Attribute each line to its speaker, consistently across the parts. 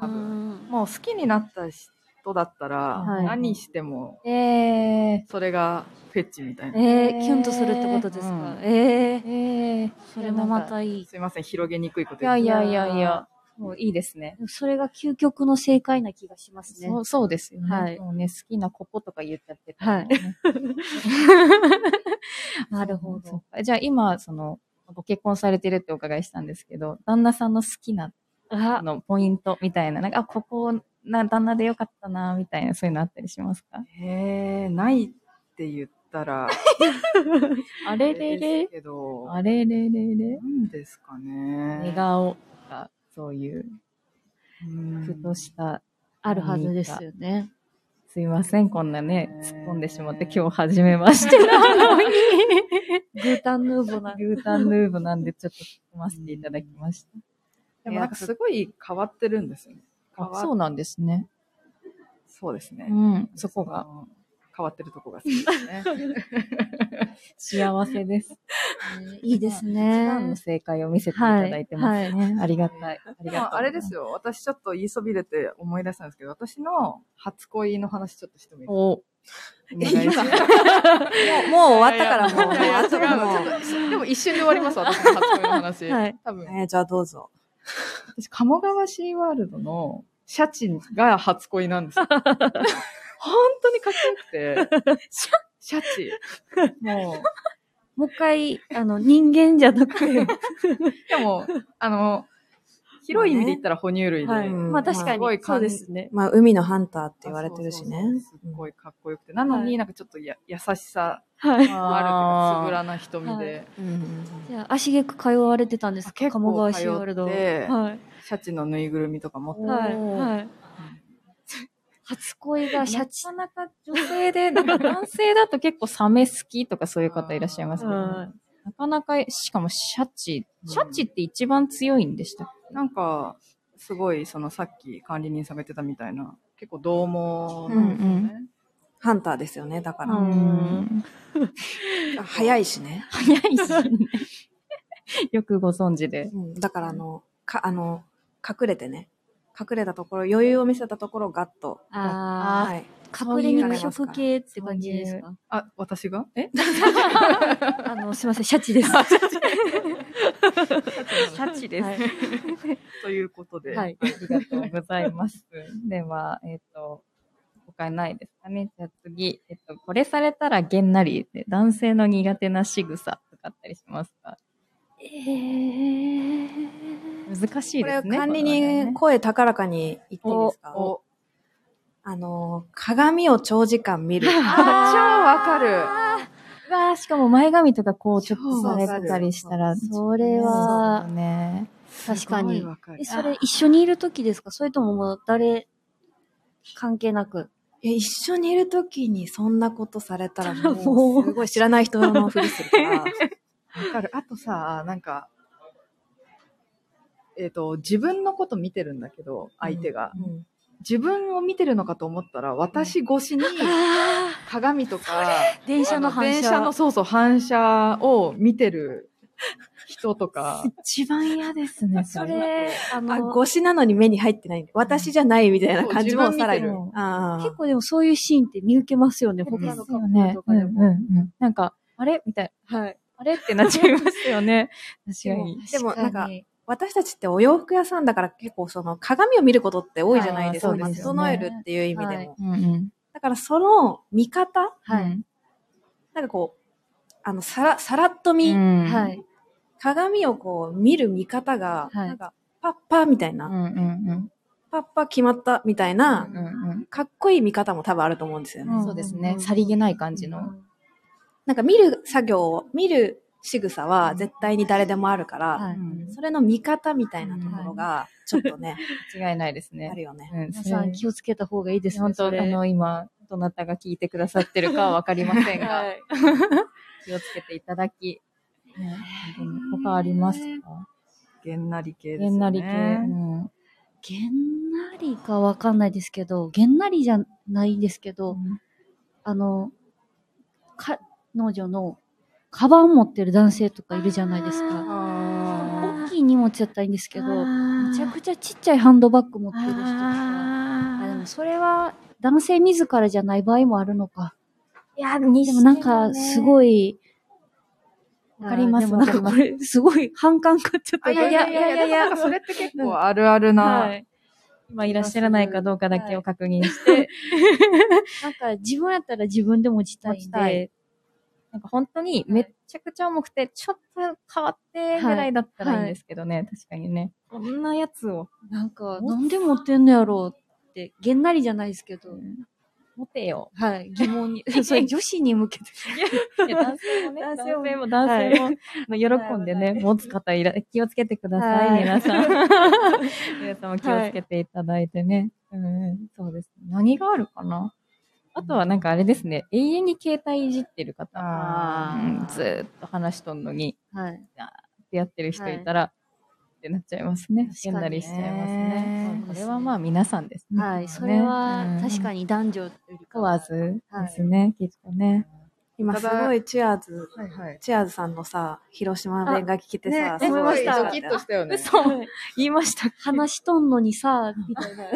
Speaker 1: もう好きになった人だったら
Speaker 2: はい
Speaker 1: 何しても
Speaker 3: ええ
Speaker 1: それがフェッチみたい
Speaker 3: え
Speaker 1: な。
Speaker 3: えキュンとするってことですか
Speaker 1: う。ん
Speaker 3: ええ
Speaker 2: ええそれもまたいい。
Speaker 1: すいません広げにくいこと言
Speaker 2: いや
Speaker 1: って
Speaker 2: いやいやいや、もういいですね。
Speaker 3: それが究極の正解な気がしますね。
Speaker 2: そうそうですよね。
Speaker 3: はい
Speaker 2: もうね、好きなココとか言っちゃってたからね、
Speaker 3: なるほ
Speaker 2: そ
Speaker 3: ど
Speaker 2: う。かじゃあ今、その、ご結婚されてるってお伺いしたんですけど、旦那さんの好きなあ
Speaker 3: あ
Speaker 2: のポイントみたいな、なんか、あ、ここな、旦那でよかったな、みたいな、そういうのあったりしますか
Speaker 1: えー、ないって言ったら
Speaker 2: あ
Speaker 1: あ
Speaker 2: れ
Speaker 1: で
Speaker 2: れれ
Speaker 1: す。けど
Speaker 2: あれれれれ。
Speaker 1: 何ですかね
Speaker 2: 寝顔とか、そういう、
Speaker 1: うん
Speaker 2: ふとした、
Speaker 3: あるはずですよね。
Speaker 2: すいません、こんなね、
Speaker 1: ね
Speaker 2: 突っ込んでしまって、今日初めましてなのに。
Speaker 3: グータンヌーボーな。
Speaker 2: 牛タンヌーブなんで、ちょっと突っ込ませていただきました。
Speaker 1: でもなんかすごい変わってるんですよね変わ
Speaker 2: あそうなんですね。
Speaker 1: そうですね、
Speaker 2: うん、そこが
Speaker 1: の変わってるとこが好きです ね
Speaker 2: 幸せです。
Speaker 3: いいです
Speaker 2: 一番
Speaker 3: ね
Speaker 2: の。正解を見せていただいてますね。ありがたい。あり
Speaker 1: で
Speaker 2: がたい。
Speaker 1: もあれですよ私ちょっと言いそびれて思い出したんですけど私の初恋の話ちょっとしてもいいですか
Speaker 2: お。
Speaker 1: お願いしま
Speaker 3: も
Speaker 1: す
Speaker 3: う終わったからもう
Speaker 1: いや
Speaker 3: ね、
Speaker 1: いや
Speaker 3: あ
Speaker 1: 違
Speaker 3: と
Speaker 1: う
Speaker 3: も
Speaker 1: のちょっとでも一瞬で終わります、私の初恋の話。
Speaker 3: はい
Speaker 1: 多分。
Speaker 4: えーじゃあどうぞ。
Speaker 1: 私、鴨川シーワールドのシャチが初恋な んですよ。本当にかっこよくて。シャチ。もう、
Speaker 3: う、もう一回、あの、人間じゃなくて、
Speaker 1: でも、あの、広い意味で言ったら哺乳 類で。
Speaker 3: はい。
Speaker 4: うん
Speaker 3: まあ確か
Speaker 1: すごい
Speaker 3: に、そ
Speaker 1: 感
Speaker 3: うですね。
Speaker 4: まあ、海のハンターって言われてるし
Speaker 1: そう
Speaker 4: ね
Speaker 1: そう。そうすっごいかっこよくて。なの
Speaker 3: は
Speaker 1: に
Speaker 3: い
Speaker 1: なんかちょっとや優しさ
Speaker 3: はい。
Speaker 1: があるというか、つぶ
Speaker 2: あ
Speaker 1: らな瞳で。
Speaker 4: うんうんうん
Speaker 3: じゃあ、足げく通われてたんです
Speaker 1: あ
Speaker 3: か
Speaker 1: 結構
Speaker 3: 鴨川シーワールド。
Speaker 1: 通
Speaker 3: はい
Speaker 1: って。
Speaker 3: はい。
Speaker 1: シャチのぬいぐるみとか持って
Speaker 3: はい。 初恋がシャチ。
Speaker 2: なかなか女性で、なんか男性だと結構サメ好きとかそういう方いらっしゃいますけど、
Speaker 3: は
Speaker 2: なかなか、しかもシャチ、
Speaker 1: うん
Speaker 2: シャチって一番強いんでしたっけ、
Speaker 1: なんか、すごい、そのさっき管理人さんが言ってたみたいな、結構獰猛なんですよね。
Speaker 4: ハンターですよね、だから。
Speaker 3: うん
Speaker 4: あ早いしね。
Speaker 2: 早いし、ね、 よくご存知で。
Speaker 4: うんだから、あの、か、あの、隠れてね。隠れたところ、余裕を見せたところ、ガッと。
Speaker 3: あ
Speaker 4: はい。
Speaker 3: あ、隠れ肉食系って感じですか
Speaker 1: あ、私がえ
Speaker 3: あの、すいません、シャチです。シャチです。
Speaker 1: ということで、
Speaker 3: はい。
Speaker 2: ありがとうございます。 では、えっ、と、他ないですかね。じゃあ次、えっ、と、これされたらげんなりって、男性の苦手な仕草とかあったりしますか
Speaker 3: えー。
Speaker 2: 難しい
Speaker 4: こ
Speaker 2: で
Speaker 4: れ、
Speaker 2: すね。
Speaker 4: 管理
Speaker 2: こ
Speaker 4: 人、
Speaker 2: の
Speaker 4: 声高らかに言っていいですか
Speaker 1: お、
Speaker 4: あの、鏡を長時間見る。
Speaker 1: あ超わかる。
Speaker 2: うわーしかも前髪とかこうちょっとされてたりしたら、
Speaker 3: それ
Speaker 2: そ
Speaker 3: は
Speaker 2: う、ね。
Speaker 3: 確かに
Speaker 1: すごいわかる
Speaker 3: え、それ一緒にいる時ですかそれとももう誰、関係なく。
Speaker 4: いや一緒にいるときにそんなことされたら
Speaker 3: も
Speaker 4: も
Speaker 3: う
Speaker 4: う、すごい知らない人のふりするから。
Speaker 1: わかる。あとさ、なんか、えっ、と、自分のこと見てるんだけど、相手が。
Speaker 4: うん
Speaker 1: 自分を見てるのかと思ったら、私越しに
Speaker 3: ああ、
Speaker 1: 鏡とか、
Speaker 3: 電車の
Speaker 1: あ
Speaker 3: 反射。
Speaker 1: 電車の、そうそう、反射を見てる人とか。
Speaker 2: 一番嫌ですね、
Speaker 3: そ。れ、あ
Speaker 4: あ、
Speaker 3: の、
Speaker 4: 越しなのに目に入ってないんで。私じゃないみたいな感じも
Speaker 1: そう
Speaker 4: さらに
Speaker 1: 自分見てる。
Speaker 4: あー
Speaker 3: 結構でもそういうシーンって見受けますよね、
Speaker 2: で
Speaker 3: 他の
Speaker 2: す
Speaker 3: カ
Speaker 2: よ
Speaker 3: ップル
Speaker 2: ね
Speaker 3: と。
Speaker 2: う
Speaker 3: か
Speaker 2: んう
Speaker 3: で
Speaker 2: ん
Speaker 3: も。
Speaker 2: うん。なんか、あれみたいな。はい。あれってなっちゃいますよ ね。確かに。
Speaker 4: でもなんか
Speaker 3: 確に
Speaker 4: 私たちってお洋服屋さんだから結構その鏡を見ることって多いじゃないです
Speaker 2: あ
Speaker 4: か。
Speaker 2: ーそうですよね
Speaker 4: 整えるっていう意味でも。
Speaker 3: はい
Speaker 2: うんうん。
Speaker 4: だからその見方
Speaker 3: はい。
Speaker 4: なんかこう、あの、さら、さらっと見、
Speaker 2: うん。
Speaker 3: は
Speaker 2: はい。
Speaker 3: い。
Speaker 4: 鏡をこう見る見方が、
Speaker 3: はい
Speaker 4: なんかパッパーみたいうな、
Speaker 2: んうんうん。
Speaker 4: パッパー決まったみたいな、
Speaker 2: うんうん。
Speaker 4: かっこいい見方も多分あると思うんですよね。
Speaker 3: うん
Speaker 2: そうですね。さりげない感じの。
Speaker 4: なんか見る作業を、見る仕草は絶対に誰でもあるから、
Speaker 3: はい
Speaker 2: うん
Speaker 4: それの見方みたいなところが、ちょっとね、
Speaker 2: 間違いないですね
Speaker 4: あ。るよね。
Speaker 2: うん
Speaker 3: 皆さん気をつけた方がいいですね。
Speaker 2: 本当、あ
Speaker 3: それ
Speaker 2: の、今、どなたが聞いてくださってる かはわかりませんが、
Speaker 3: はい
Speaker 2: 気をつけていただき、ね、本当に他ありますか
Speaker 1: げんなり系です
Speaker 2: げ
Speaker 1: よね。
Speaker 2: んなり系。うん
Speaker 3: げんなりかわかんないですけど、げんなりじゃないんですけど、あの、か、彼女の、カバン持ってる男性とかいるじゃないですか。
Speaker 1: あー
Speaker 3: 大きい荷物やったらいいんですけど、めちゃ
Speaker 2: ゃ
Speaker 3: くちゃちっちゃいハンドバッグ持ってる人とか、もそれは男性自らじゃない場合もあるのか。
Speaker 2: いや、に
Speaker 3: でもなんか、す
Speaker 2: い。
Speaker 3: ごい、
Speaker 2: わかります
Speaker 3: あーでもなんかこれ、すごい反感買っちゃった。
Speaker 2: いやいやいやいやいや
Speaker 1: なんかそれって結構あるあるな。
Speaker 2: はい。今いらっしゃらないかどうかだけを確認して、
Speaker 3: なんか自分やったら自分で持ちたいん
Speaker 2: 持ちた
Speaker 3: で
Speaker 2: い。なんか本当にめっちゃくちゃ重くて、ちょっと変わってぐらいだったらいいんですけどね、確かにね。こんなやつを
Speaker 3: なんか、なんで持ってんのやろうって、げんなりじゃないですけど、
Speaker 2: 持てよ。
Speaker 3: はい、疑問に。それ女子に向けて。
Speaker 2: いや 男性もね、男
Speaker 3: 男
Speaker 2: 性
Speaker 3: 性も
Speaker 2: も男性も、まあ喜んでね、持つ方いら、気をつけてください、
Speaker 3: はい
Speaker 2: 皆 さん。皆さんも気をつけていただいてね。うんうん、そうです。何があるかなあとはなんかあれですね、永遠に携帯いじってる方。
Speaker 1: あ
Speaker 2: うんずーっと話しとんのに、
Speaker 3: はい。
Speaker 2: ってやってる人いたら、ってなっちゃいますね。
Speaker 3: 確かにね
Speaker 2: げんなりしちゃいますね。
Speaker 3: そう
Speaker 2: こ
Speaker 3: ですね
Speaker 2: れはまあ皆さんですね。
Speaker 3: はい、それは確か
Speaker 2: に。
Speaker 3: に男女よりか
Speaker 2: 問わずですね、きっとね。
Speaker 4: 今すごいチアーズ、
Speaker 1: はいはい。
Speaker 4: チアーズさんのさ、広島弁が聞けてさ、
Speaker 1: ね、
Speaker 4: す
Speaker 1: 思い
Speaker 4: ご
Speaker 1: ま
Speaker 4: い
Speaker 1: した。
Speaker 4: 良か
Speaker 1: ド
Speaker 4: っ
Speaker 1: キッ
Speaker 4: た
Speaker 1: としたよね。
Speaker 2: 嘘言いましたっけ
Speaker 3: 話しとんのにさ、みたいな。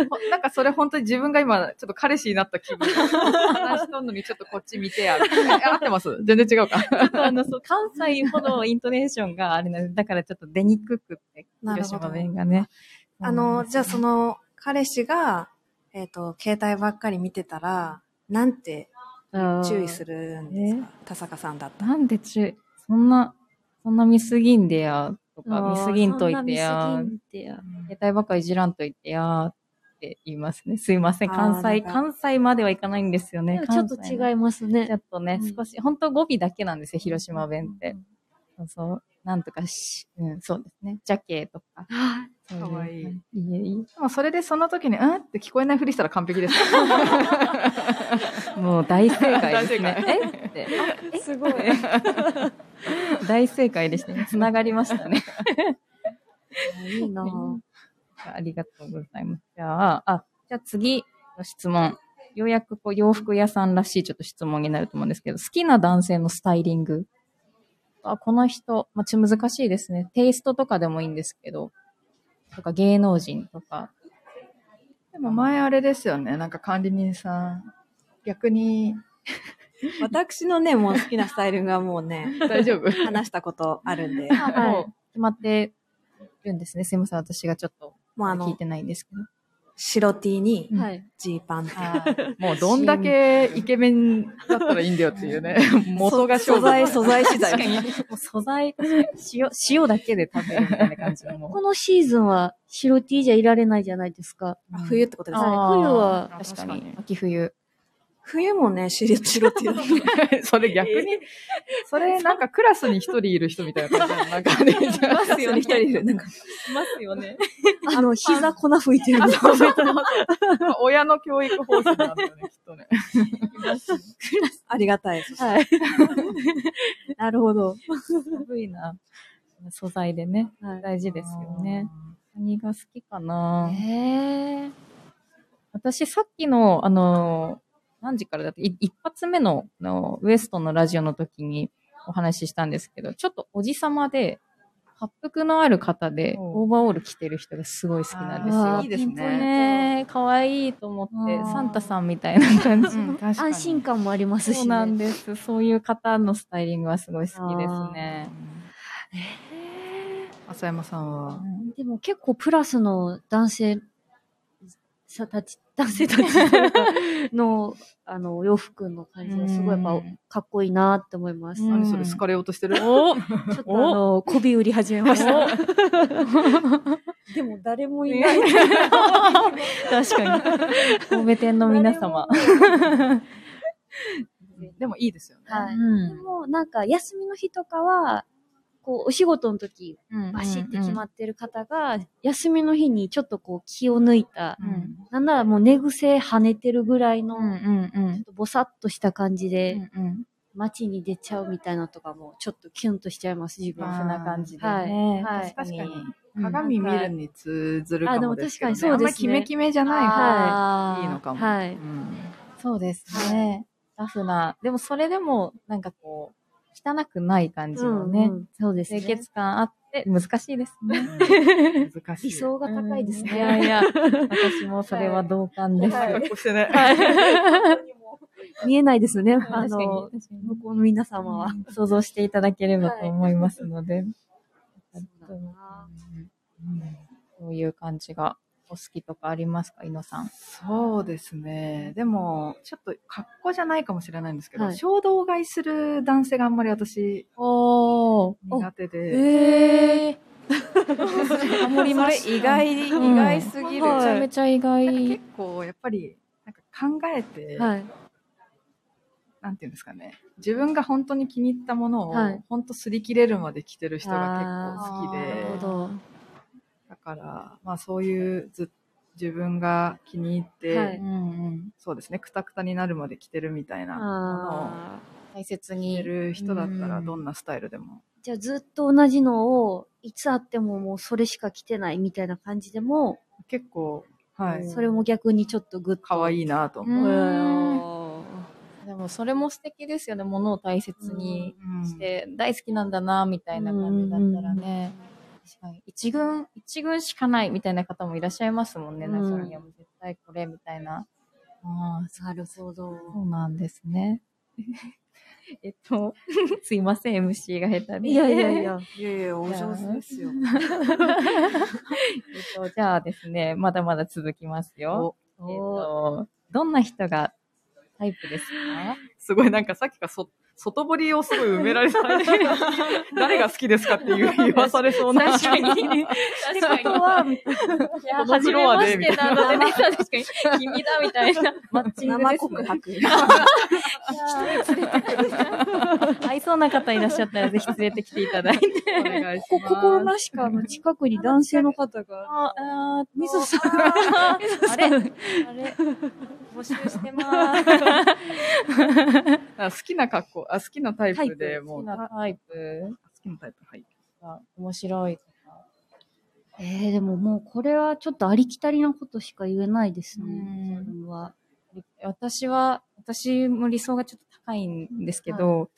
Speaker 1: なんかそれ本当に自分が今、ちょっと彼氏になった気分。話しとんのにちょっとこっち見て や。合ってます全然違 うか。
Speaker 2: ちょっとあの、そう、関西ほどイントネーションがあれなんです。だからちょっと出にくくて、
Speaker 4: なる
Speaker 2: 広
Speaker 4: ほど
Speaker 2: 島弁がね。
Speaker 4: あの、じゃあそ
Speaker 2: の、
Speaker 4: の、彼氏が、えっ、と、携帯ばっかり見てたら、なんて注意す
Speaker 2: る。
Speaker 4: るんですか田坂さんだったら。
Speaker 2: なんで注意、そんな、そんな見すぎんでや、とか、見すぎんといて
Speaker 3: そんな
Speaker 2: や
Speaker 3: 見、すぎんてや。
Speaker 2: 携帯ばっかいじらんといてや、って言いますね。すいません。
Speaker 4: あー
Speaker 2: 関西、
Speaker 4: なんか
Speaker 2: 関西まではいかないんですよ
Speaker 3: で
Speaker 2: ね
Speaker 3: も。ちょっと違
Speaker 2: い。
Speaker 3: います
Speaker 2: ちょ
Speaker 3: ね。
Speaker 2: っとね
Speaker 3: う、ん
Speaker 2: 少し、本当語尾だけなんですよ、広島弁って。そうそう。なんとかし、うん、そうですね。ジャケとか。
Speaker 3: はい。
Speaker 2: そうう
Speaker 1: かわいい。
Speaker 2: いえいえ。
Speaker 1: でもそれでその時に、うんって聞こえないふりしたら完璧です。
Speaker 2: もう大正解で
Speaker 1: 大
Speaker 2: すね
Speaker 1: 正。
Speaker 2: えって。すごい。 大正解でしたね。つながりましたね。
Speaker 3: いいなぁ
Speaker 2: ありがとうございます。じゃあ、あ、じゃあ次の質問。ようやくこう洋服屋さんらしいちょっと質問になると思うんですけど、好きな男性のスタイリング。あ、この人、まあ、ちょっと難しいですね。テイストとかでもいいんですけど、とか芸能人とか。
Speaker 1: でも前あれですよね。なんか管理人さん。逆に、
Speaker 4: 私のね、もう好きなスタイルがもうね、
Speaker 1: 大丈夫
Speaker 4: 話したことあるんで、
Speaker 2: あもう決まってるんですね。すいません。私がちょっと
Speaker 4: もうあ
Speaker 2: 聞い
Speaker 4: の、
Speaker 2: てないんですけど。
Speaker 4: 白 T に
Speaker 2: うん
Speaker 3: はい。
Speaker 4: ジーパンっていう。
Speaker 1: もうどんだけイケメンだったらいいんだよっていうね。 元が勝
Speaker 4: 素
Speaker 1: 負
Speaker 4: 材、素材資
Speaker 2: 確かに
Speaker 4: 材。。
Speaker 2: もう素材、塩、塩だけで食べるみたいな感じのも
Speaker 3: このシーズンは白 T じゃいられないじゃないですか。
Speaker 2: う。
Speaker 4: 冬ってことですね。
Speaker 2: あー
Speaker 3: はい冬は
Speaker 2: 確か
Speaker 1: 確か
Speaker 2: に
Speaker 1: に。
Speaker 2: 秋冬。
Speaker 4: 冬もね、白白 T だった。
Speaker 1: それ逆に、それなんかクラスに一人いる人みたいな感じ。なんかね、じゃあ
Speaker 4: 一人一人いる。なんか、
Speaker 2: ますよね。
Speaker 3: あの、膝粉吹いてるの。
Speaker 1: 親の教育方針なんだよね、きっとね。
Speaker 4: ありがたい。そ
Speaker 3: はい。なるほど。
Speaker 2: 寒いな。素材でね。大事ですよね。何が好きかな
Speaker 3: へえ。
Speaker 2: 私さっきの、あのー、何時からだって、い一発目のあのウエストのラジオの時にお話ししたんですけど、ちょっとおじさまで、発服のある方で、
Speaker 1: お
Speaker 2: オーバーオール着てる人がすごい好きなんです
Speaker 3: あ
Speaker 2: よ
Speaker 3: ー。
Speaker 1: いいです
Speaker 3: ピンポイント
Speaker 1: ね。
Speaker 2: ねえ、可愛いと思って
Speaker 3: あ、ー
Speaker 2: サンタさんみたいな感じ。
Speaker 1: うん確かに
Speaker 3: 安心感もありますし、ね。
Speaker 2: そうなんです。そういう方のスタイリングはすごい好きですね。
Speaker 1: 浅山さんは。
Speaker 3: でも結構プラスの男性さたち、 男性たちの、あの、お洋服の感じがすごいやっぱかっこいいなって思います。
Speaker 2: うん
Speaker 3: ち
Speaker 1: 何それ好かれようとしてる
Speaker 2: おお
Speaker 3: ょっとあの、媚び売り始めました。でも誰もいない。
Speaker 2: 確かに。神戸店の皆様。
Speaker 1: でもいいですよね。
Speaker 3: はい。
Speaker 2: う
Speaker 3: で
Speaker 2: ん
Speaker 3: もなんか休みの日とかは、こう、お仕事の時、バシって決ま
Speaker 2: っ
Speaker 3: ってる方が、休みの日にちょっとこう気を抜いた、
Speaker 2: うん
Speaker 3: なんならもう寝癖跳ねてるぐらいの、
Speaker 2: うんうんうん
Speaker 3: ちょっとぼさっとした感じ
Speaker 2: う
Speaker 3: で、
Speaker 2: んうん。
Speaker 3: 街に出ちゃうみたいなのとかも、ちょっとキュンとしちゃいます、自分
Speaker 2: ラ
Speaker 1: ま
Speaker 2: フ
Speaker 1: あ
Speaker 3: は。
Speaker 2: な感じでね。
Speaker 3: はいはい
Speaker 1: 確かに。
Speaker 2: うん
Speaker 1: 鏡見るに通ずるかもですけど、ね。
Speaker 3: あでも確かにそうですね
Speaker 1: あんまキメキメじゃない方が
Speaker 2: はい
Speaker 1: いのかも。
Speaker 3: は
Speaker 1: う
Speaker 3: い。
Speaker 1: ん
Speaker 2: そうですね。ラフな。でもそれでも、なんかこう、汚くない感じのね。
Speaker 3: うんうんそうですね。
Speaker 2: 清潔感あっで、難しいですね。
Speaker 1: うん難しい。
Speaker 3: 理想が高いです
Speaker 2: い
Speaker 3: ね。
Speaker 2: やいや、私もそれは同感です。
Speaker 1: はい格好してね。
Speaker 3: 見えないですね。あ
Speaker 2: 確かに
Speaker 3: の、向こうの皆様は。
Speaker 2: 想像していただければと思いますので、そういう感じがお好きとかありますか、イノさん。
Speaker 1: そうですね。でも、ちょっと格好じゃないかもしれないんですけど、
Speaker 3: はい
Speaker 1: 衝動買いする男性があんまり私
Speaker 2: おー。
Speaker 1: 苦手で。
Speaker 2: ええ
Speaker 4: ハモりました。意外、意
Speaker 2: ん
Speaker 4: 外すぎる。
Speaker 2: めちゃめちゃ
Speaker 1: な
Speaker 2: 意
Speaker 1: んか
Speaker 2: 外
Speaker 1: 結。構、やっぱり、なんか考えて、
Speaker 3: はい。
Speaker 1: なんていうんですかね。自分が本当に気に入ったものを、
Speaker 3: はい
Speaker 1: 本当擦り切れるまで着てる人が結構好き
Speaker 4: あーな
Speaker 1: で
Speaker 4: る
Speaker 3: なる
Speaker 4: ほ
Speaker 3: ほ。ど。
Speaker 1: だから、まあそういうず自分が気に入って、
Speaker 3: はい
Speaker 2: うんうん
Speaker 1: そうですね、くたくたになるまで着てるみたいなものを
Speaker 3: あー
Speaker 2: 大切
Speaker 1: 着
Speaker 2: に
Speaker 1: て。る人だった
Speaker 2: う
Speaker 1: ら、
Speaker 2: ん
Speaker 1: どんなスタイルでも。
Speaker 3: じゃあずっと同じのを、いつあってももうそれしか着てないみたいな感じでも、
Speaker 1: 結構、はい、
Speaker 3: それも逆にちょっとグッと。
Speaker 1: 可愛いなと思う。
Speaker 2: うん
Speaker 3: おー
Speaker 2: でもそれも素敵ですよね。ものを大切に
Speaker 1: うん
Speaker 2: して、大好きなんだな、みたいな感じだったらね。確かに一軍、一軍しかないみたいな方もいらっしゃいますもんね。
Speaker 3: うん
Speaker 2: なんか、いや、もう絶対これみたいな。ああ、
Speaker 3: なるほど。
Speaker 2: そうなんですね。 えっと、 すいません、MC が下手で。
Speaker 3: いやいやい。や。
Speaker 4: いやいや、お上手ですよ。
Speaker 2: えっと、じゃあですね、まだまだ続きますよ。えっ
Speaker 3: おー
Speaker 2: と、どんな人がタイプですか
Speaker 1: すごいなんかさっきからそ外堀をすごい埋められた。誰が好きですかっていう言わされそうな。
Speaker 2: 確かに。確
Speaker 3: あとは、
Speaker 2: いや、
Speaker 1: この
Speaker 2: 初
Speaker 1: フ
Speaker 2: め
Speaker 1: ロア
Speaker 2: ま
Speaker 1: で
Speaker 2: してなのでね、確かに、君だみたいな。マッチング
Speaker 4: 生
Speaker 2: です
Speaker 4: 告
Speaker 2: ね。
Speaker 4: 白。
Speaker 2: 合いそうな方いらっしゃったら、ぜひ連れてきていただいて。
Speaker 1: お願いし
Speaker 3: こ
Speaker 1: ます。
Speaker 3: 心なしかの近くに男性の方が。
Speaker 2: あ、あ
Speaker 3: みずさん。
Speaker 2: あれ
Speaker 3: あれ募集してまーす。
Speaker 1: あ好きな格好、あ好きなタイプでもう、
Speaker 2: 好き
Speaker 1: 好
Speaker 2: なタイプ
Speaker 1: きなタイプ、はい。
Speaker 2: が面白いとか。
Speaker 3: えー、でももうこれはちょっとありきたりなことしか言えないですね。
Speaker 2: うん
Speaker 3: 自分は。
Speaker 2: 私は、私も理想がちょっと高いんですけど、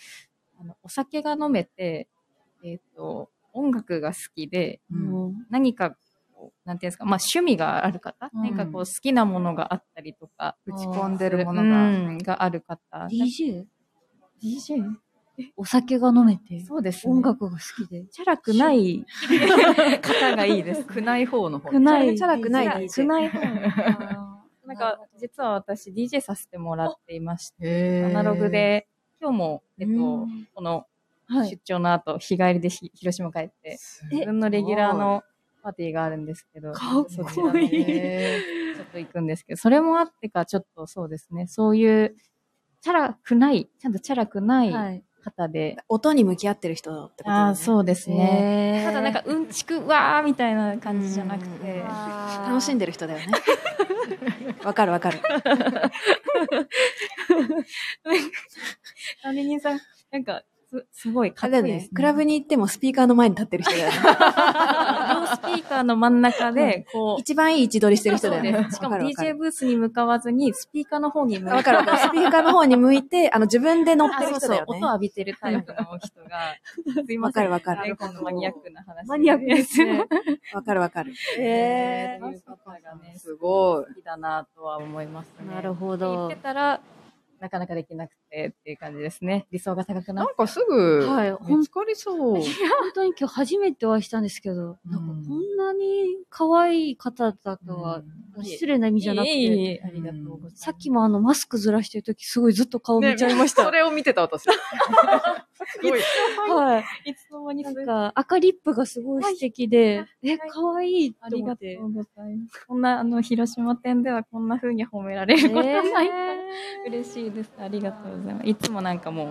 Speaker 2: あのお酒が飲めて、えっ、と、音楽が好きで、
Speaker 1: うん
Speaker 3: もう
Speaker 2: 何かこう、なんていうんですか、まあ趣味がある方、
Speaker 3: うん
Speaker 2: 何かこう好きなものがあったりとか、
Speaker 1: 打ち込んでるも
Speaker 2: う
Speaker 1: のが。
Speaker 2: んがある方。
Speaker 3: DJ?
Speaker 2: DJ?
Speaker 3: お酒が飲めて、
Speaker 2: そうです、ね。
Speaker 3: 音。楽が好きで。
Speaker 2: チャラくない方がいいです。
Speaker 1: くない方の方。
Speaker 2: くない。
Speaker 4: チャラくない DJ
Speaker 2: チャラくない方。
Speaker 3: な
Speaker 2: なんか、実は私 DJ させてもらっていまして、
Speaker 1: へー
Speaker 2: アナログ。で、今日も、えっと、この
Speaker 3: はい
Speaker 2: 出。張の後、日帰りでひ広島帰って、自分のレギュラーのパーティーがあるんですけど、
Speaker 3: かっ
Speaker 2: そちら
Speaker 3: こ
Speaker 2: の
Speaker 3: い
Speaker 2: ね
Speaker 3: い
Speaker 1: へ
Speaker 2: ちょっと行くんですけど、それもあってか、ちょっとそうですね、そういう、チャラくない、ちゃんとチャラくない
Speaker 3: い。
Speaker 2: 方で、
Speaker 4: 音に向き合ってる人ってことだよね
Speaker 2: ああ、そうですね。
Speaker 3: ね
Speaker 2: ただなん、か、うんちく、わーみたいな感じじゃなくて、
Speaker 4: 楽しん
Speaker 3: で。
Speaker 4: でる人だよね。わかるわかる。
Speaker 2: 管理人さん、なんか、すすごいかっ
Speaker 4: あれ
Speaker 2: こ
Speaker 4: だ
Speaker 2: い
Speaker 4: よ
Speaker 2: いです、
Speaker 4: ね
Speaker 2: ね。。
Speaker 4: クラブに行ってもスピーカーの前に立ってる人だよね。
Speaker 2: 両スピーカーの真ん中で、こう、
Speaker 4: 一番いい位置取りしてる人だ
Speaker 2: そう
Speaker 4: よ
Speaker 2: で
Speaker 4: ね。
Speaker 2: すしかも
Speaker 4: わるわる
Speaker 2: DJ ブースに向かわずに、スピーカーの方に向
Speaker 4: わ
Speaker 2: か
Speaker 4: かるわかる。スピーカーの方に向いて、あの、自分で乗って
Speaker 2: あ、
Speaker 4: る
Speaker 2: そう
Speaker 4: 人
Speaker 2: そ
Speaker 4: だ
Speaker 2: う
Speaker 4: よ、
Speaker 2: 音
Speaker 4: ね。
Speaker 2: 浴びてるタイプの人が、すいま
Speaker 4: わ
Speaker 2: せ
Speaker 4: か
Speaker 2: ん。
Speaker 4: るわか
Speaker 2: ね
Speaker 4: る。
Speaker 2: このマニアックな話。
Speaker 3: マニアックですね。
Speaker 4: わかるわかる。
Speaker 2: えー、という方がね
Speaker 1: ー、すごい。
Speaker 2: 好きだなとは思いますね。
Speaker 3: なるほ
Speaker 2: ど。
Speaker 3: ど
Speaker 2: 言って。たら、なかなかできなくてっていう感じですね。理想が高く
Speaker 1: な
Speaker 2: なっ
Speaker 1: んかすぐ、
Speaker 3: はい
Speaker 1: 見つかりそう。
Speaker 3: 本当に今日初めてお会いしたんですけど、
Speaker 1: うん
Speaker 3: なんかこんなに可愛い方だとは、失礼な意
Speaker 2: 意
Speaker 3: 味じゃなくて、
Speaker 2: ありがとうございます。
Speaker 3: さっきもあのマスクずらしてるときすごいずっと顔見ちゃいました。
Speaker 1: それを見てた私。すごい。
Speaker 3: はい。
Speaker 2: いつの間に
Speaker 3: な
Speaker 2: か
Speaker 3: んか赤リップがすごい素敵で、え、可愛い
Speaker 2: あ
Speaker 3: と
Speaker 2: り
Speaker 3: 思
Speaker 2: が
Speaker 3: っ
Speaker 2: と
Speaker 3: て。
Speaker 2: うございます。こんな、あの、広島店ではこんな風に褒められることないから、嬉しいです。ありがとうございます。いつもなんかもう、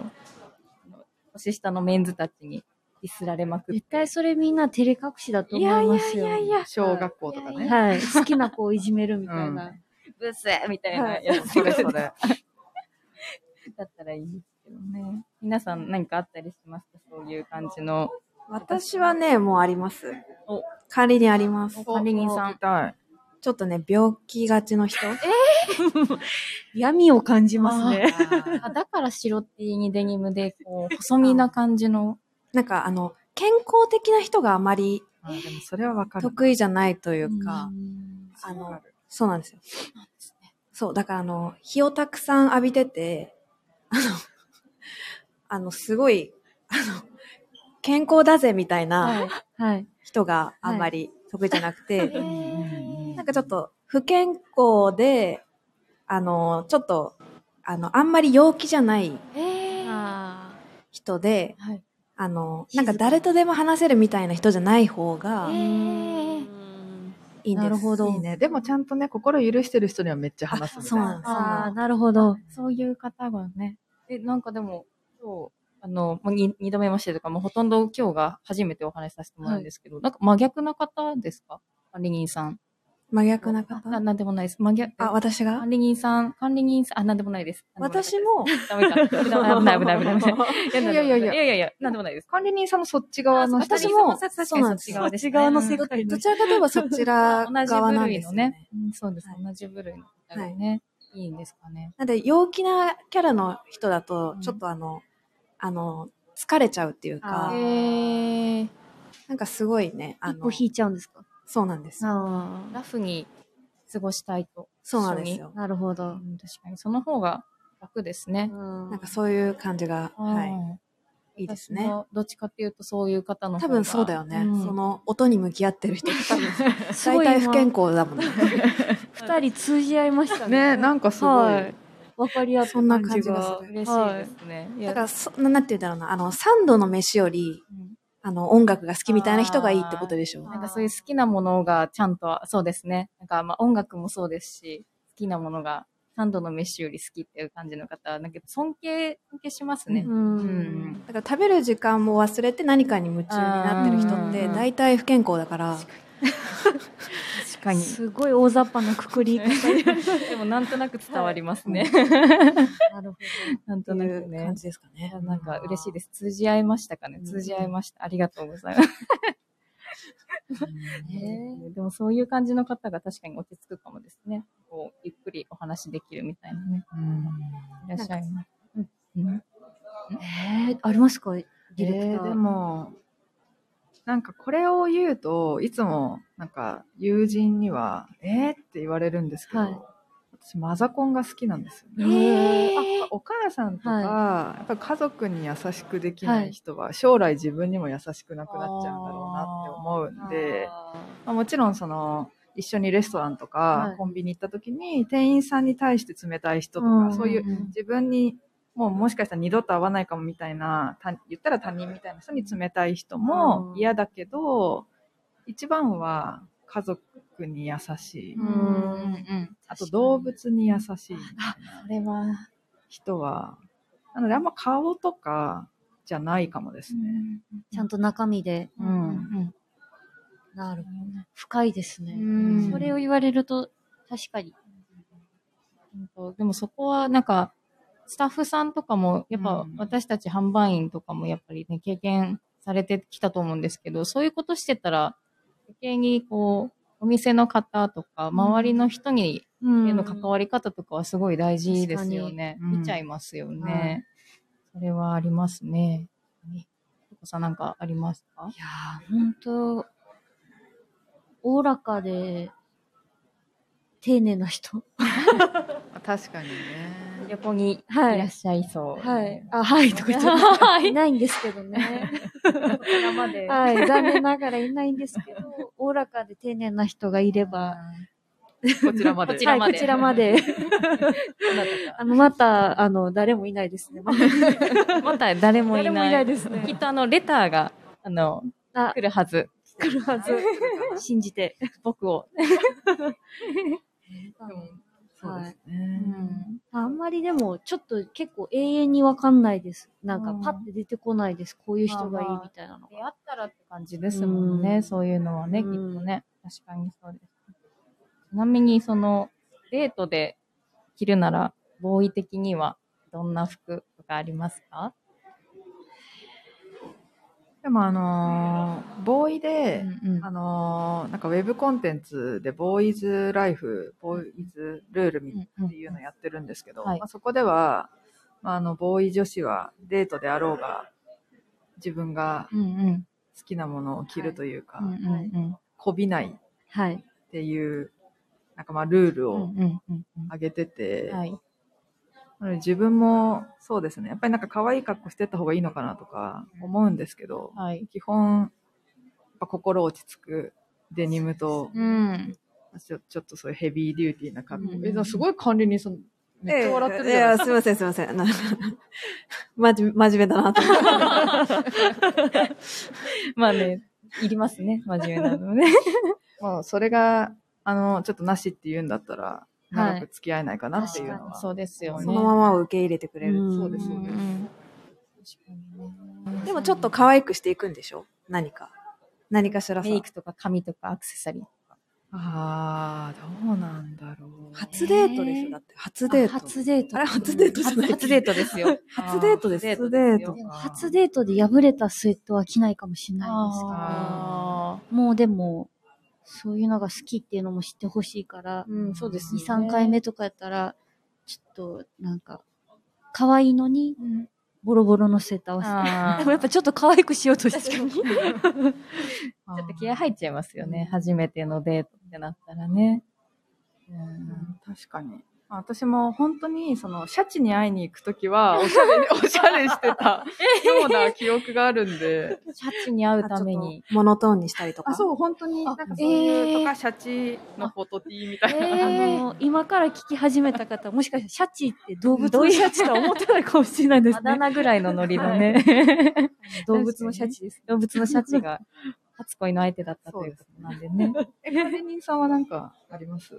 Speaker 2: あの年下のメンズたちにディスられまくって
Speaker 3: 絶。対それみんな照れ隠しだと思いますよ。
Speaker 2: や
Speaker 1: 小学校とかね。
Speaker 3: はい。好きな子をいじめるみたいな。
Speaker 2: ブスみたいなやつ
Speaker 1: それそれ。
Speaker 2: だったらいいですけどね。皆さん何かあったりしますかそういう感じの。
Speaker 4: 私はね、もうあります
Speaker 2: お。
Speaker 4: 管理人あります。
Speaker 2: 管理人さん
Speaker 1: 見た い。
Speaker 4: ちょっとね、病気がちの人。
Speaker 3: 闇を感じますね。
Speaker 2: あだから白 T にデニムで、こう、細身な感じの。
Speaker 4: なんか、あの、健康的な人があまり
Speaker 1: あーでもそれはわかる。
Speaker 4: 得意じゃないというか、あ
Speaker 1: わ
Speaker 4: の
Speaker 1: か、る
Speaker 4: そうなんですよ。そう、だからあの、日をたくさん浴びてて、あの、あの、すごい、あの、健康だぜみたいな
Speaker 3: はい。
Speaker 4: 人があんまり得意じゃなくて、
Speaker 1: うん うんうん
Speaker 4: なんかちょっと不健康で、あの、ちょっと、あの、あんまり陽気じゃない
Speaker 3: え
Speaker 4: 人で、
Speaker 3: はい
Speaker 4: あの、なんか誰とでも話せるみたいな人じゃない方が
Speaker 3: え
Speaker 4: いいんです。
Speaker 3: なるほど
Speaker 1: いいね。でもちゃんとね、心許してる人にはめっちゃ話すみたい
Speaker 4: そうなん
Speaker 1: な。
Speaker 4: です。
Speaker 3: ああ、なるほど。
Speaker 2: そういう方がね。え、なんかでも、今日、あの、もうに二度目ましてとか、もうほとんど今日が初めてお話しさせてもらうんですけど、なんか真逆な方ですか管理人さん。
Speaker 4: 真逆な方。
Speaker 2: な、なんでもないです。真逆。
Speaker 4: あ、私が
Speaker 2: 管理人さん、管理人さん、あ、なんでもないです。なんでもないです
Speaker 4: 私も、
Speaker 2: ダメか。 危ない危ない危ない危ない。
Speaker 1: いやいやいや
Speaker 2: いやいやいや、なんでもないです。
Speaker 1: 管理人さんのそっち側の人
Speaker 4: 私
Speaker 2: 私
Speaker 4: も
Speaker 2: も、
Speaker 4: そうなんです
Speaker 2: 確かにそっち側ですね
Speaker 4: 側の
Speaker 2: うん
Speaker 4: 世界どちらかといえばそちら
Speaker 2: 同じ
Speaker 4: 側な
Speaker 2: 部
Speaker 4: んで
Speaker 2: 類
Speaker 4: す
Speaker 2: の
Speaker 4: よね
Speaker 2: ね。。うんそうです。同じ部類の方がね、いいんですかね。
Speaker 4: なんで、陽気なキャラの人だと
Speaker 2: う、ん
Speaker 4: ちょっとあの、あの、疲れちゃうっていう
Speaker 3: あ
Speaker 4: か
Speaker 3: ー、
Speaker 2: へー
Speaker 4: なんかすごいね、あ
Speaker 3: 一
Speaker 4: の
Speaker 3: 個、引いちゃうんですか
Speaker 4: そうなんです。
Speaker 3: あ
Speaker 2: ラフに過ごしたいと。
Speaker 4: そうなんですよ
Speaker 3: あ。。なるほ
Speaker 2: う
Speaker 3: ど。
Speaker 2: ん確かに、その方が楽ですね。
Speaker 3: な
Speaker 4: なんかそういう感じが、は、
Speaker 2: はい
Speaker 4: いいです
Speaker 2: 私
Speaker 4: ね。
Speaker 2: もどっちかっていうと、そういう方の方
Speaker 4: 多
Speaker 2: が
Speaker 4: 分そうだよね。
Speaker 2: ん
Speaker 4: その、音に向き合ってる人、多分、
Speaker 3: す
Speaker 4: 大
Speaker 3: ごい
Speaker 4: 体
Speaker 3: 今
Speaker 4: 不健康だもんね。
Speaker 3: 二人通じ合いました
Speaker 1: ね、
Speaker 3: ね。
Speaker 1: なんかすご
Speaker 3: はいい。。わかり合った
Speaker 4: そんな感じがする。
Speaker 2: 嬉しいですね。いや
Speaker 4: だから、そなんて言うんだろうな、あの、三度の飯より、
Speaker 2: うん
Speaker 4: あの、音楽が好きみたいな人がいいってことでしょ。
Speaker 2: なんかそういう好きなものがちゃんと、そうですね。なんかまあ音楽もそうですし、好きなものが三度の飯より好きっていう感じの方は、なんか尊敬、尊敬しますね。
Speaker 3: ん
Speaker 2: うん
Speaker 4: だから食べる時間も忘れて何かに夢中になってる人って
Speaker 2: あー
Speaker 4: 大体不健康だから、
Speaker 2: 確かに。
Speaker 3: すごい大雑把なくくり。
Speaker 2: でもなんとなく伝わりますね。
Speaker 3: なるほど。
Speaker 2: なん
Speaker 4: と
Speaker 2: となく
Speaker 4: いう
Speaker 2: ね
Speaker 4: 感。じですかね。
Speaker 2: なんか嬉しいです。通じ合いましたかね
Speaker 4: うん
Speaker 2: 通じ合いました。ありがとうございます。 でもそういう感じの方が確かに落ち着くかもですね。こう、ゆっくりお話できるみたいなね。いらっしゃいます。うん。
Speaker 3: えー、ありますかディレクター。
Speaker 1: えーでも、なんかこれを言うと、いつもなんか友人には、えー、って言われるんですけど、
Speaker 3: はい
Speaker 1: 私マザコンが好きなんですよね。
Speaker 3: えー
Speaker 1: あお母さんとか、やっぱり家族に優しくでき
Speaker 3: は
Speaker 1: ない
Speaker 3: い
Speaker 1: 人は将来自分にも優しくなくなっちゃうんだろうなって思うんで、まあ、もちろんその一緒にレストランと
Speaker 3: は
Speaker 1: か
Speaker 3: い
Speaker 1: コンビニ行った時に店員さんに対して冷たい人とか、
Speaker 3: うん
Speaker 1: そういう
Speaker 3: うん
Speaker 1: 自分にもうもしかしたら二度と会わないかもみたいなた言ったら他人みたいな人に冷たい人も
Speaker 3: うん
Speaker 1: 嫌だけど、一番は家族に優しい、
Speaker 3: う
Speaker 2: うんん。うん。
Speaker 1: あと動物に優しいみたい
Speaker 2: こ
Speaker 1: な
Speaker 2: れは、
Speaker 1: 人はなのであんま顔とかじゃないかもですね。
Speaker 3: ちゃんと中身で。
Speaker 1: うん
Speaker 2: うん。
Speaker 3: なるほど。深いですね。
Speaker 2: うん
Speaker 3: それを言われると、確かに。
Speaker 2: 本当でもそこはなんか、スタッフさんとかも、やっぱ
Speaker 1: うん
Speaker 2: 私たち販売員とかもやっぱりね、経験されてきたと思うんですけど、そういうことしてたら、余計にこう、お店の方とか、周りの人に、
Speaker 3: う
Speaker 2: への関わり方とかはすごい大事ですよね。
Speaker 1: 確かに
Speaker 2: 見ちゃいますよ
Speaker 3: うんは
Speaker 2: ね。それはありますね。お子さんなんかありますか
Speaker 3: いやー、ほんと、おおらかで、丁寧な人。
Speaker 1: 確かにね
Speaker 2: 横にい
Speaker 3: は
Speaker 2: らっ。しゃいそう。
Speaker 3: はい。。 あ、はい、とか言っちゃった。いないんですけどね。
Speaker 2: 今ま で。
Speaker 3: はい、残念ながらいないんですけど、おおらかで丁寧な人がいれば、
Speaker 1: こちらまで
Speaker 2: こちら
Speaker 3: はい、
Speaker 2: まで
Speaker 3: こちらまで。
Speaker 2: どなたか
Speaker 3: あの、また、あの、誰もいないですね。また
Speaker 2: また誰もい ない。
Speaker 3: 誰もいないですね
Speaker 2: きっとあの、レターが、あの、
Speaker 3: あ
Speaker 2: 来るはず。
Speaker 3: 来るはず。 信じて。
Speaker 2: 僕を。
Speaker 1: でもそう
Speaker 3: は
Speaker 1: で
Speaker 3: い
Speaker 1: す。ね、
Speaker 3: あんまりでも、ちょっと結構永遠にわかんないです。なんか、パッて出てこないです。こういう人がいいみたいなの
Speaker 2: 出会ったらって感じですもんね。
Speaker 3: うん
Speaker 2: そういうのはね、きっ
Speaker 3: う
Speaker 2: と
Speaker 3: ん
Speaker 2: ね。確かにそうです。ちなみに、その、デートで着るなら、合意的には、どんな服とかありますか
Speaker 1: でもあのーボーイで、
Speaker 2: ん
Speaker 1: あのーなんかウェブコンテンツでボーイズライフ、ボーイズルールみっていうのやってるんですけど、
Speaker 2: はい
Speaker 1: まあ、そこでは、まあ、あのボーイ女子はデートであろうが自分が
Speaker 2: うんうん。
Speaker 1: 好きなものを着るというか、
Speaker 2: うんうん
Speaker 1: こびないっ
Speaker 3: はい。
Speaker 1: ていう、なんかまあルール
Speaker 2: う
Speaker 1: を
Speaker 2: んうんうん
Speaker 1: 上げてて、
Speaker 2: うん。はい。
Speaker 1: なので自分もそうですね、やっぱりなんか可愛い格好してった方がいいのかなとか思うんですけど、
Speaker 2: はい。
Speaker 1: 基本、やっぱ心落ち着くデニムと、
Speaker 2: うん。
Speaker 1: ちょちょっとそういうヘビーデューティーな格好。
Speaker 2: うん
Speaker 1: え、じゃあすごい管理人さん、めっちゃ笑ってるじ
Speaker 4: い
Speaker 1: ゃないで
Speaker 4: や、
Speaker 1: すす
Speaker 4: いません、すいません。あの まじ、真面目だなと思って。
Speaker 2: まあね、いりますね、真面目なのね。
Speaker 1: か。もうそれが、あの、ちょっとなしって言うんだったら、
Speaker 2: はい
Speaker 1: 長く付き合えないかなっていうのは。
Speaker 2: そうですよね。
Speaker 4: そのままを受け入れてくれる。
Speaker 3: うん
Speaker 1: そうです
Speaker 2: う
Speaker 1: よ
Speaker 2: ん
Speaker 1: ね。
Speaker 2: うん
Speaker 4: でもちょっと可愛くしていくんでしょ何か。何かしらさ
Speaker 2: メ。イクとか髪とかアクセサリー。
Speaker 1: ああ、どうなんだろう。
Speaker 4: 初デートですよ。だって、初デート。
Speaker 3: 初デート。
Speaker 4: あれ、初デートじゃない
Speaker 2: 初デートですよ。
Speaker 4: 初デートです
Speaker 2: あ
Speaker 4: 初デート
Speaker 2: 初
Speaker 3: でも初デートで破れたスウェットは着ないかもしれないですけ
Speaker 2: あ
Speaker 3: ど、もうでも、そういうのが好きっていうのも知ってほしいから、
Speaker 2: ーうん、そうです
Speaker 3: 2、
Speaker 2: よね。
Speaker 3: 3回目とかやったら、ちょっとなんか、可愛いのに、ボロボロのスウェット合わせて。
Speaker 2: あー
Speaker 3: でもやっぱちょっと可愛くしようとしてる。
Speaker 1: あー
Speaker 2: ちょっと気合入っちゃいますよね。初めてのデートってなったらね。うん
Speaker 1: 確かに。まあ私も本当に、その、シャチに会いに行くときは、おしゃれ、おしゃれして たような記憶があるんで。
Speaker 2: シャチに会う
Speaker 4: あ
Speaker 2: た
Speaker 4: ちょっと
Speaker 2: めに。
Speaker 4: モノトーンにしたりとか。
Speaker 1: あ、そう、本当に、な
Speaker 3: あ
Speaker 1: んかそういうと
Speaker 3: え
Speaker 1: か、
Speaker 3: ー
Speaker 1: シャチのフォトティーみたいな。
Speaker 3: あの今から聞き始めた方、もしかしたらシャチって動物のシャチとは思ってないかもしれないです
Speaker 2: あだ
Speaker 3: ね。
Speaker 2: 名ぐらいのノリのね。
Speaker 3: 動物のシャチです。
Speaker 2: 動物のシャチが初恋の相手だったということなんでね。
Speaker 1: え、管理人さんはなんかあります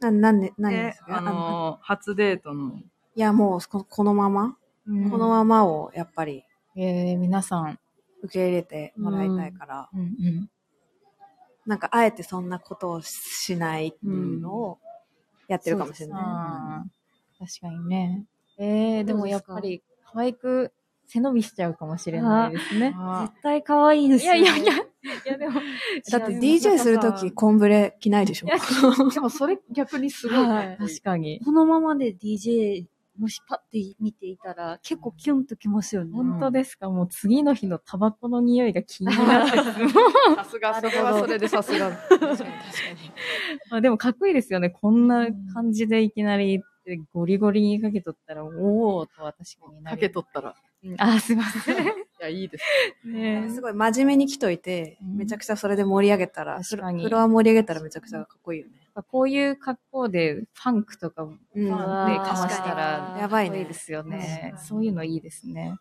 Speaker 4: な、なんで、何で
Speaker 1: え
Speaker 4: す、か
Speaker 1: あのー、初デートの。
Speaker 4: いや、もうこ、このまま、
Speaker 2: うん
Speaker 4: このままを、やっぱり、
Speaker 2: えー皆さん。
Speaker 4: 受け入れてもらいたいから、
Speaker 2: うんうん
Speaker 4: なんか、あえてそんなことをしないっていうのを、やってるかもしれない。
Speaker 2: あー確かにね。えー、でもやっぱ
Speaker 3: どうで
Speaker 2: り、可愛く背伸びしちゃうかもしれないですね。
Speaker 1: あ
Speaker 3: 絶対可愛いです
Speaker 2: い
Speaker 3: よ
Speaker 2: や
Speaker 3: ね。
Speaker 2: いやいや、いやでも、
Speaker 4: だって
Speaker 2: いや
Speaker 4: DJ するとき、コンブレ着ないでし ょ
Speaker 2: いや
Speaker 1: ーでもそれ逆にすごいね。
Speaker 4: はい
Speaker 2: 確かに。
Speaker 3: このままで DJ、もしパッて見ていたら、結構キュンときますよね。
Speaker 2: 本当ですか、もう次の日のタバコの匂いが気になってすごい
Speaker 1: さすが、それはそれでさすが。 確かに
Speaker 2: まあでもかっこいいですよね。こんな感じでいきなりゴリゴリにかけとったら、おおと私確かにな
Speaker 1: か
Speaker 2: る
Speaker 1: けとった ら。
Speaker 2: うんあー、すいません。
Speaker 1: いや、いいです。
Speaker 2: ね
Speaker 4: すごい真面目に着といて、
Speaker 2: うん
Speaker 4: めちゃくちゃそれで盛り上げたら、
Speaker 2: 確かに
Speaker 4: フロア盛り上げたらめちゃくちゃかっこいいよね。
Speaker 2: えこういう格好でファンクとか
Speaker 4: うん。
Speaker 2: まあね、
Speaker 3: あー
Speaker 2: かましたら、
Speaker 4: やばいね
Speaker 2: かっこいいですよ
Speaker 1: 確
Speaker 2: ね
Speaker 1: か。に
Speaker 2: そういうのいいですね。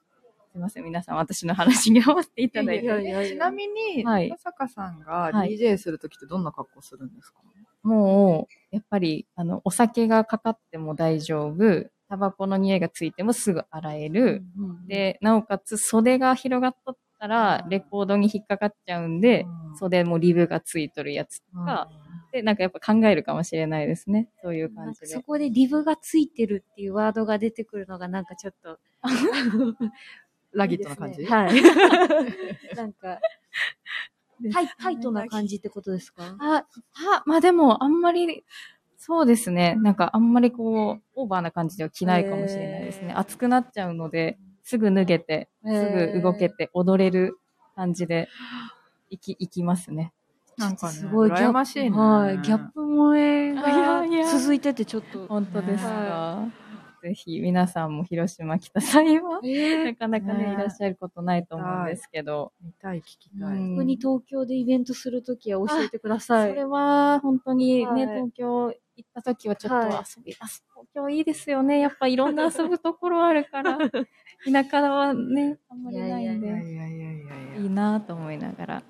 Speaker 2: すいません、皆さん、私の話に合わせていただいて。
Speaker 3: いやいやいやいや
Speaker 1: ちなみに、
Speaker 2: はい
Speaker 1: まさかさんが
Speaker 2: はい
Speaker 1: DJ するときってどんな格好するんですか、
Speaker 2: もう、やっぱり、あの、お酒がかかっても大丈夫。タバコの匂いがついてもすぐ洗える。
Speaker 3: うんうん
Speaker 2: で、なおかつ、袖が広がっとったら、レコードに引っかかっちゃうんで、
Speaker 1: うん
Speaker 2: 袖もリブがついとるやつとか、で、なんかやっぱ考えるかもしれないですね。そういう
Speaker 3: な
Speaker 2: 感
Speaker 3: ん
Speaker 2: じ
Speaker 3: か
Speaker 2: で
Speaker 3: そ。こでリブがついてるっていうワードが出てくるのがなんかちょっ と。
Speaker 1: ラギットな感じ
Speaker 3: いいですねはい。 なんか、タイタイトな感じってことですか
Speaker 2: あ、あ、まあでも、あんまり、そうですね。なんか、あんまりこう、オーバーな感じでは着ないかもしれないですね
Speaker 3: へ。ー
Speaker 2: 暑くなっちゃうので、すぐ脱げて、
Speaker 3: へ
Speaker 2: す
Speaker 3: ー
Speaker 2: ぐ動けて、踊れる感じで、いき、いきますね。
Speaker 1: なんかね、
Speaker 3: すごいギャップ
Speaker 1: 羨ましいね。
Speaker 3: はい。ギャップ萌え
Speaker 2: いやいや
Speaker 3: が続いててちょっと。
Speaker 2: 本当ですか
Speaker 3: は。
Speaker 2: ぜひ、皆さんも広島来た際は、
Speaker 3: え
Speaker 2: なかなかね、
Speaker 1: ね
Speaker 2: いらっしゃることないと思うんですけど、
Speaker 1: 見たい、聞きたい。
Speaker 2: うん
Speaker 3: 特に東京でイベントするときは教えてくださ
Speaker 2: そ
Speaker 3: い
Speaker 2: れ。は本当にね、
Speaker 3: はい
Speaker 2: 東京行った時はちょっ
Speaker 3: はい
Speaker 2: と遊びます。東京いいですよね。やっぱいろんな遊ぶところあるから、田舎はね、あんまりないん
Speaker 1: い
Speaker 2: で、い
Speaker 1: や
Speaker 2: い
Speaker 1: いやいやいやいや。
Speaker 2: なぁと思いながら。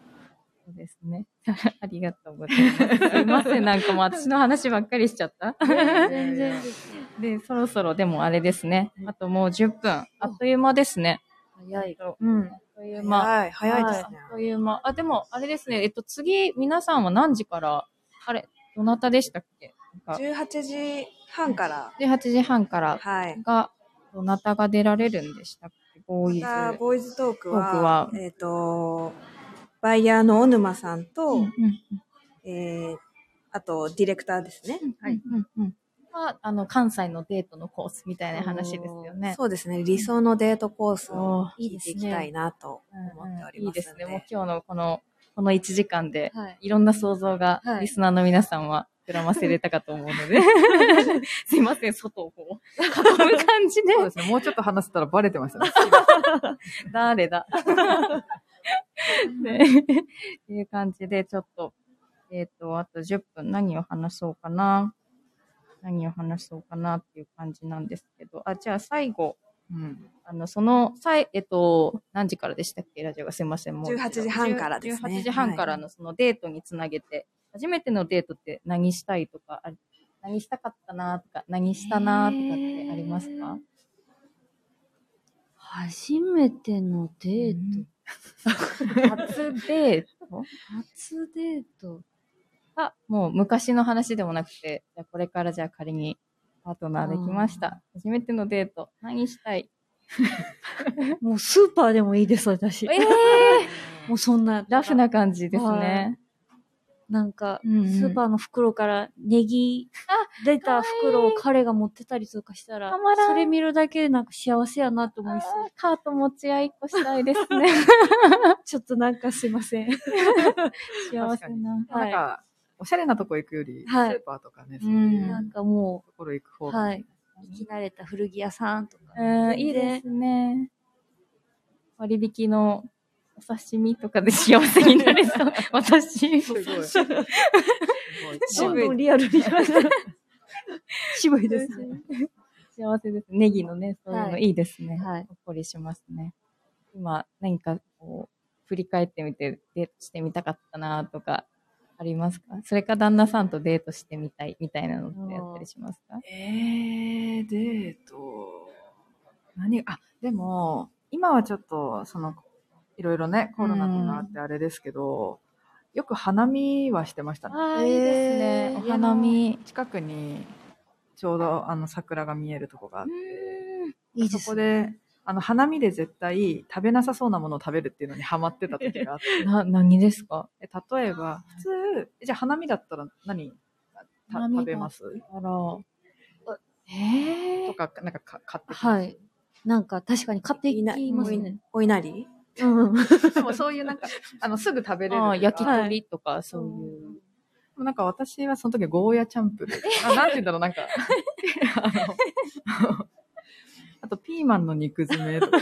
Speaker 2: そうですね。 ありがとうございます。すいません、なんかもう私の話ばっかりしちゃった。
Speaker 3: 全然です。
Speaker 2: で、そろそろでもあれですね。あともう10分。あっという間ですね。
Speaker 3: 早い。
Speaker 2: うん。あっという間。
Speaker 4: 早い、早いです
Speaker 2: は
Speaker 4: ね。
Speaker 2: あっという間。あ、でも、あれですね。えっと、次、皆さんは何時から、あれ、どなたでしたっけなんか
Speaker 4: 18時半から、
Speaker 2: 18時半から
Speaker 4: はい。
Speaker 2: が、どなたが出られるんでしたっけボーイズ。
Speaker 4: また、ボーイズトーク
Speaker 2: トーク
Speaker 4: は
Speaker 2: は、
Speaker 4: えっと、バイヤーの小沼さんと、
Speaker 2: うんうん
Speaker 4: えーあと、ディレクターですね。
Speaker 2: うんうんうんは、あの、関西のデートのコースみたいな話ですよね。
Speaker 4: そうですね。理想のデートコースを
Speaker 2: おー
Speaker 4: 聞いていきたいなと思っており
Speaker 2: いい
Speaker 4: ま
Speaker 2: ですす
Speaker 4: の
Speaker 2: ね。
Speaker 4: で。
Speaker 2: もう今日のこの、この1時間で、
Speaker 3: はい。
Speaker 2: いろんな想像が
Speaker 3: は、い
Speaker 2: リスナーの皆さんは、膨らませれたかと思う ので。すいません、外をこう、囲む感じで
Speaker 1: そう。ですね。もうちょっと話せたらバレてましたね。
Speaker 2: 誰だねっていう感じで、ちょっと、えっ、と、あと10分何を話そうかな。何を話そうかなっていう感じなんですけど。あ、じゃあ最後、
Speaker 1: うん。
Speaker 2: あの、その、さい、えっと、何時からでしたっけラジオがすいません、もう。
Speaker 4: 18時半からですね
Speaker 2: 18時半からのそのデートにつなげて、初めてのデートって何したいとか、あ何したかったなとか、何したなとかってありますか
Speaker 3: 初めてのデート。
Speaker 2: 初デート
Speaker 3: 初デート。
Speaker 2: あ、もう昔の話でもなくて、じゃあこれからじゃあ仮にパートナーできました。初めてのデート、何したい
Speaker 3: もうスーパーでもいいです、私。
Speaker 2: ええ
Speaker 3: もうそんな。
Speaker 2: ラフな感じです
Speaker 3: は
Speaker 2: ね。
Speaker 3: なんか、
Speaker 2: うんうん
Speaker 3: スーパーの袋からネギ出た袋を彼が持ってたりとかしたら、
Speaker 2: たまらん
Speaker 3: それ見るだけでなんか幸せやなと思いそう。
Speaker 2: カート持ち合いっこしたいです ね。
Speaker 3: ちょっとなんかすいません。
Speaker 2: 幸せな。
Speaker 1: なんか、おしゃれなとこ行くより、ス
Speaker 3: はい
Speaker 1: ーパーとかね、
Speaker 2: う
Speaker 1: そうい
Speaker 2: ん
Speaker 1: う
Speaker 3: なんかも
Speaker 1: ところ行く
Speaker 3: う、
Speaker 1: 方が。
Speaker 3: はい。生き慣れた古着屋さんとか。
Speaker 2: うん、いいですね。割引のお刺身とかで幸せになれ そう。私。
Speaker 1: すごい。すごい
Speaker 3: どんどん
Speaker 1: 渋い。
Speaker 3: リアルになる。渋いですね。
Speaker 2: 幸せです。ネギのね、そういうの
Speaker 3: はい
Speaker 2: いですね。
Speaker 3: はい。
Speaker 2: ほっこりしますね。今、何かこう、振り返ってみて、デートしてみたかったなとか、ありますかそれか旦那さんとデートしてみたいみたいなのってやったりしますか
Speaker 1: えー、デート。何あ、でも、今はちょっと、その、いろいろね、コロナとかあってあれですけど、よく花見はしてましたね。
Speaker 2: あ
Speaker 4: ーいいですね
Speaker 2: お花見。
Speaker 1: 近くに、ちょうどあの桜が見えるとこがあって、
Speaker 3: いい
Speaker 1: そ
Speaker 3: で
Speaker 1: こ
Speaker 3: す
Speaker 1: で
Speaker 3: ね。、
Speaker 1: あの、花見で絶対食べなさそうなものを食べるっていうのにハマってた時があって、
Speaker 2: な、何ですか
Speaker 1: え例えば、普通、えじゃあ花見だったら何た
Speaker 2: 花見だ
Speaker 1: 食べます
Speaker 2: あら。え
Speaker 1: とか、なんかか買ってきます。
Speaker 3: はい。なんか確かに買っていきますね。
Speaker 4: お稲荷
Speaker 3: うん。
Speaker 1: でもそういうなんか、 あの、すぐ食べれると
Speaker 2: あ
Speaker 1: か。
Speaker 2: あ、焼き
Speaker 1: で
Speaker 2: 鳥とか、そういう。
Speaker 1: もなんか私はその時ゴーヤチャンプ ルー。あなんて言うんだろう、なんか。 あの、あとピーマンの肉詰めと か。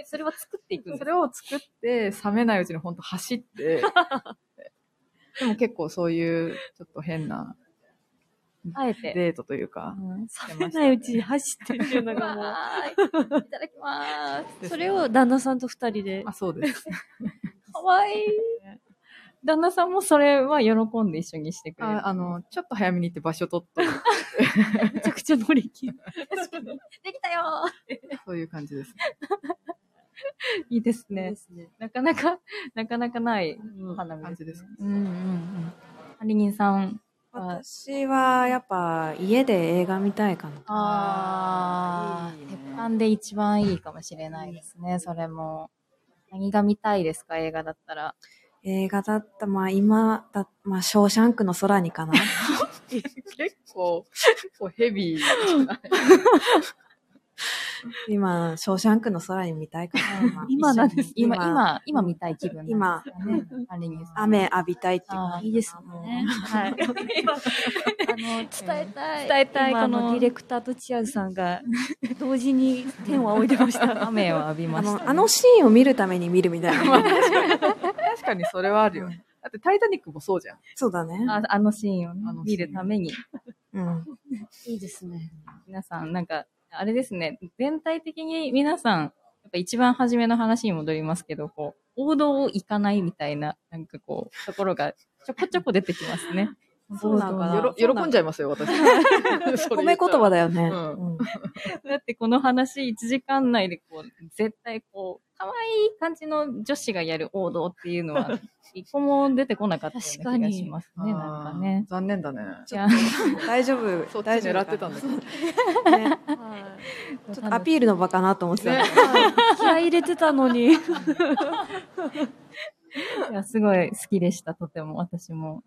Speaker 2: え、それは作っていくんで
Speaker 1: そ
Speaker 2: す
Speaker 1: れ
Speaker 2: か
Speaker 1: を作って、冷めないうちにほんと走 って。でも結構そういう、ちょっと変な
Speaker 2: あえて。
Speaker 1: デートというか。
Speaker 3: 食べないうちに走ってるっていうのがもう。
Speaker 2: いただきま
Speaker 1: です
Speaker 3: それを旦那さんと二人で
Speaker 1: あ、。そうです。
Speaker 2: す。かわいい。 旦那さんもそれは喜んで一緒にしてくれる
Speaker 1: あ。あの、ちょっと早めに行って場所取って、
Speaker 3: めちゃくちゃ乗り気。
Speaker 2: できたよ
Speaker 1: そういう感じです。
Speaker 2: いいですね。なかなか、 なかなかない花見
Speaker 1: 感じです。
Speaker 2: うんうんうん。管理人さん。はい
Speaker 4: 私はやっぱ家で映画見たいかな。
Speaker 1: あーいいね
Speaker 2: 鉄板で一番いいかもしれないですね、それも。何が見たいですか、映画だったら。
Speaker 4: 映画だった、まあ今だ、まあ、ショーシャンクの空にかな。
Speaker 1: 結構、結構ヘビー。
Speaker 4: 今、ショーシャンクの空に見たいかな。
Speaker 3: 今なんです
Speaker 4: ね
Speaker 2: 今、今、今見たい気分なん
Speaker 4: 今
Speaker 2: ですかね。管理人 さん。
Speaker 4: 雨浴びたいっていうか
Speaker 2: あー
Speaker 3: いいですね。はい。 あ の、伝えたい。
Speaker 2: 伝えたい
Speaker 3: 今あの
Speaker 2: この
Speaker 3: ディレクターと千秋さんが、同時に天を仰いでました。
Speaker 2: 雨を浴びま
Speaker 4: あ
Speaker 2: したね、
Speaker 4: の、あのシーンを見るために見るみたいな。
Speaker 1: 確かにそれはあるよね。だってタイタニックもそうじゃん。
Speaker 4: そうだね。
Speaker 2: ああのシーンをね
Speaker 1: あのシーン
Speaker 2: 見るために、
Speaker 4: うん。
Speaker 3: いいですね。
Speaker 2: 皆さん、なんか、あれですね、全体的に皆さん、やっぱ一番初めの話に戻りますけど、こう、王道を行かないみたいな、なんかこう、ところがちょこちょこ出てきますね。
Speaker 4: そうなのかな
Speaker 1: よろ喜んじゃいますよ、私。褒
Speaker 4: 褒め言葉
Speaker 1: だ。
Speaker 4: だよね。
Speaker 1: うん
Speaker 4: うん
Speaker 2: だってこの話1時間内でこう、絶対こう、可愛い感じの女子がやる王道っていうの は、一個も出てこなかったような気がしますね、なんかね
Speaker 1: あー。残念だね。
Speaker 2: じゃ
Speaker 4: 大丈夫。
Speaker 1: そっち
Speaker 4: 大丈夫
Speaker 1: 狙
Speaker 4: か
Speaker 1: ってたんだけど。
Speaker 4: ど。ね
Speaker 2: あ、
Speaker 4: ちょっとアピールの場かなと思ってたんだけど。
Speaker 3: 気合い入れてたのに。
Speaker 2: いや、すごい好きでした、とても。私も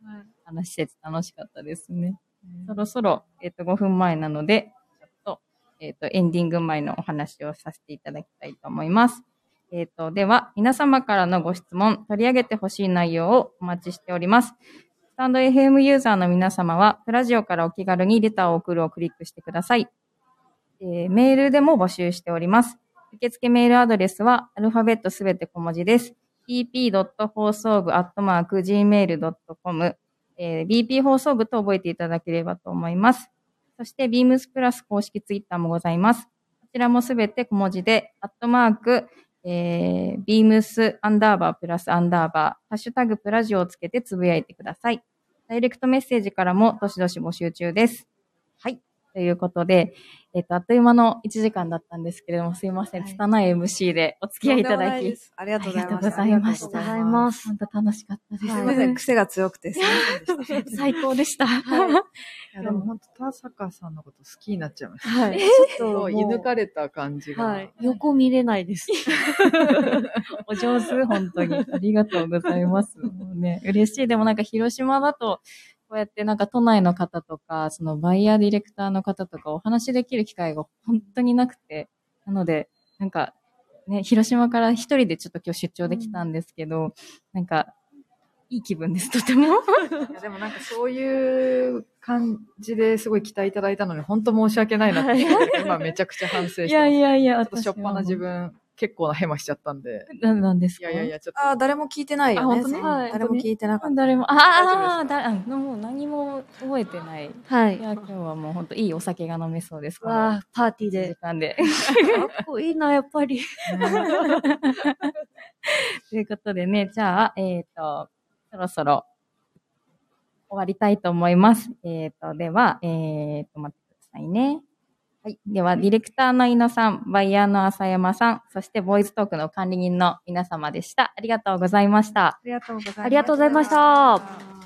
Speaker 2: 話してて楽しかったですね。そろそろ、えっ、と、5分前なので、ちょっと、えっ、と、エンディング前のお話をさせていただきたいと思います。えっ、と、では、皆様からのご質問、取り上げてほしい内容をお待ちしております。スタンド FM ユーザーの皆様は、プラジオからお気軽にレターを送るをクリックしてください。えーメールでも募集しております。受付メールアドレスは、アルファベットすべて小文字です。bp. 放送部 .gmail.com、えー bp 放送部と覚えていただければと思います。そして、beams プラス公式ツイッターもございます。こちらもすべて小文字で、アットマーク、えー、beams アンダーバープラスアンダーバー、ハッシュタグプラジオをつけてつぶやいてください。ダイレクトメッセージからもどしどし募集中です。はい。ということで、えっ、と、あっという間の1時間だったんですけれども、すいません。
Speaker 4: はい
Speaker 2: 拙い MC でお付き合いいただき、
Speaker 4: ありがとうございま
Speaker 2: ありがとうございました
Speaker 4: す
Speaker 3: ありがとうございます
Speaker 2: 本当楽しかったです。
Speaker 4: すみません、癖が強くてすみませんでした。
Speaker 2: 最高でした。
Speaker 1: いやでも本当、田坂さんのこと好きになっちゃいました。
Speaker 3: はい。ち
Speaker 1: ちょっと射抜かれた感じが。
Speaker 3: はい。横見れないです。
Speaker 2: お 上手、本当に。ありがとうございます。もうね、嬉しい。でもなんか広島だと、こうやってなんか都内の方とか、そのバイヤーディレクターの方とかお話できる機会が本当になくて、なので、なんか、ね、広島から一人でちょっと今日出張できたんですけど、なんか、いい気分です、と ても。
Speaker 1: いやでもなんかそういう感じですごい期待いただいたのに、本当申し訳ないなって、今めちゃくちゃ反省してます。
Speaker 2: いやいや いや、
Speaker 1: ちょっとしょっぱな自
Speaker 2: 分。
Speaker 1: 分、結構なヘマしちゃったんで。
Speaker 2: ななんです
Speaker 1: い
Speaker 2: か
Speaker 1: やいやいや、ちょっと。
Speaker 4: あー、誰も聞いてないよ
Speaker 1: あ本当
Speaker 4: ね。
Speaker 1: ね
Speaker 3: はい
Speaker 4: 誰も聞いてなかった。
Speaker 2: 誰も、
Speaker 1: 大
Speaker 2: あ
Speaker 1: 丈夫
Speaker 2: あ、
Speaker 1: ですか
Speaker 2: だあもう何も覚えてない。
Speaker 3: はい
Speaker 2: い。や、今日はもう本当いいお酒が飲めそうです。この
Speaker 3: わあ、パーティー
Speaker 2: 時
Speaker 3: で。
Speaker 2: 間で。
Speaker 3: かっこいいな、やっぱり。
Speaker 1: ね
Speaker 2: ということでね、じゃあ、えっ、と、そろそろ終わりたいと思います。えっ、と、では、えっ、と、待ってくださいね。はい。では、ディレクターの井野さん、バイヤーの浅山さん、そしてボーイズトークの管理人の皆様でした。ありがとうございました。
Speaker 4: ありがとうございました。
Speaker 3: ありがとうございました。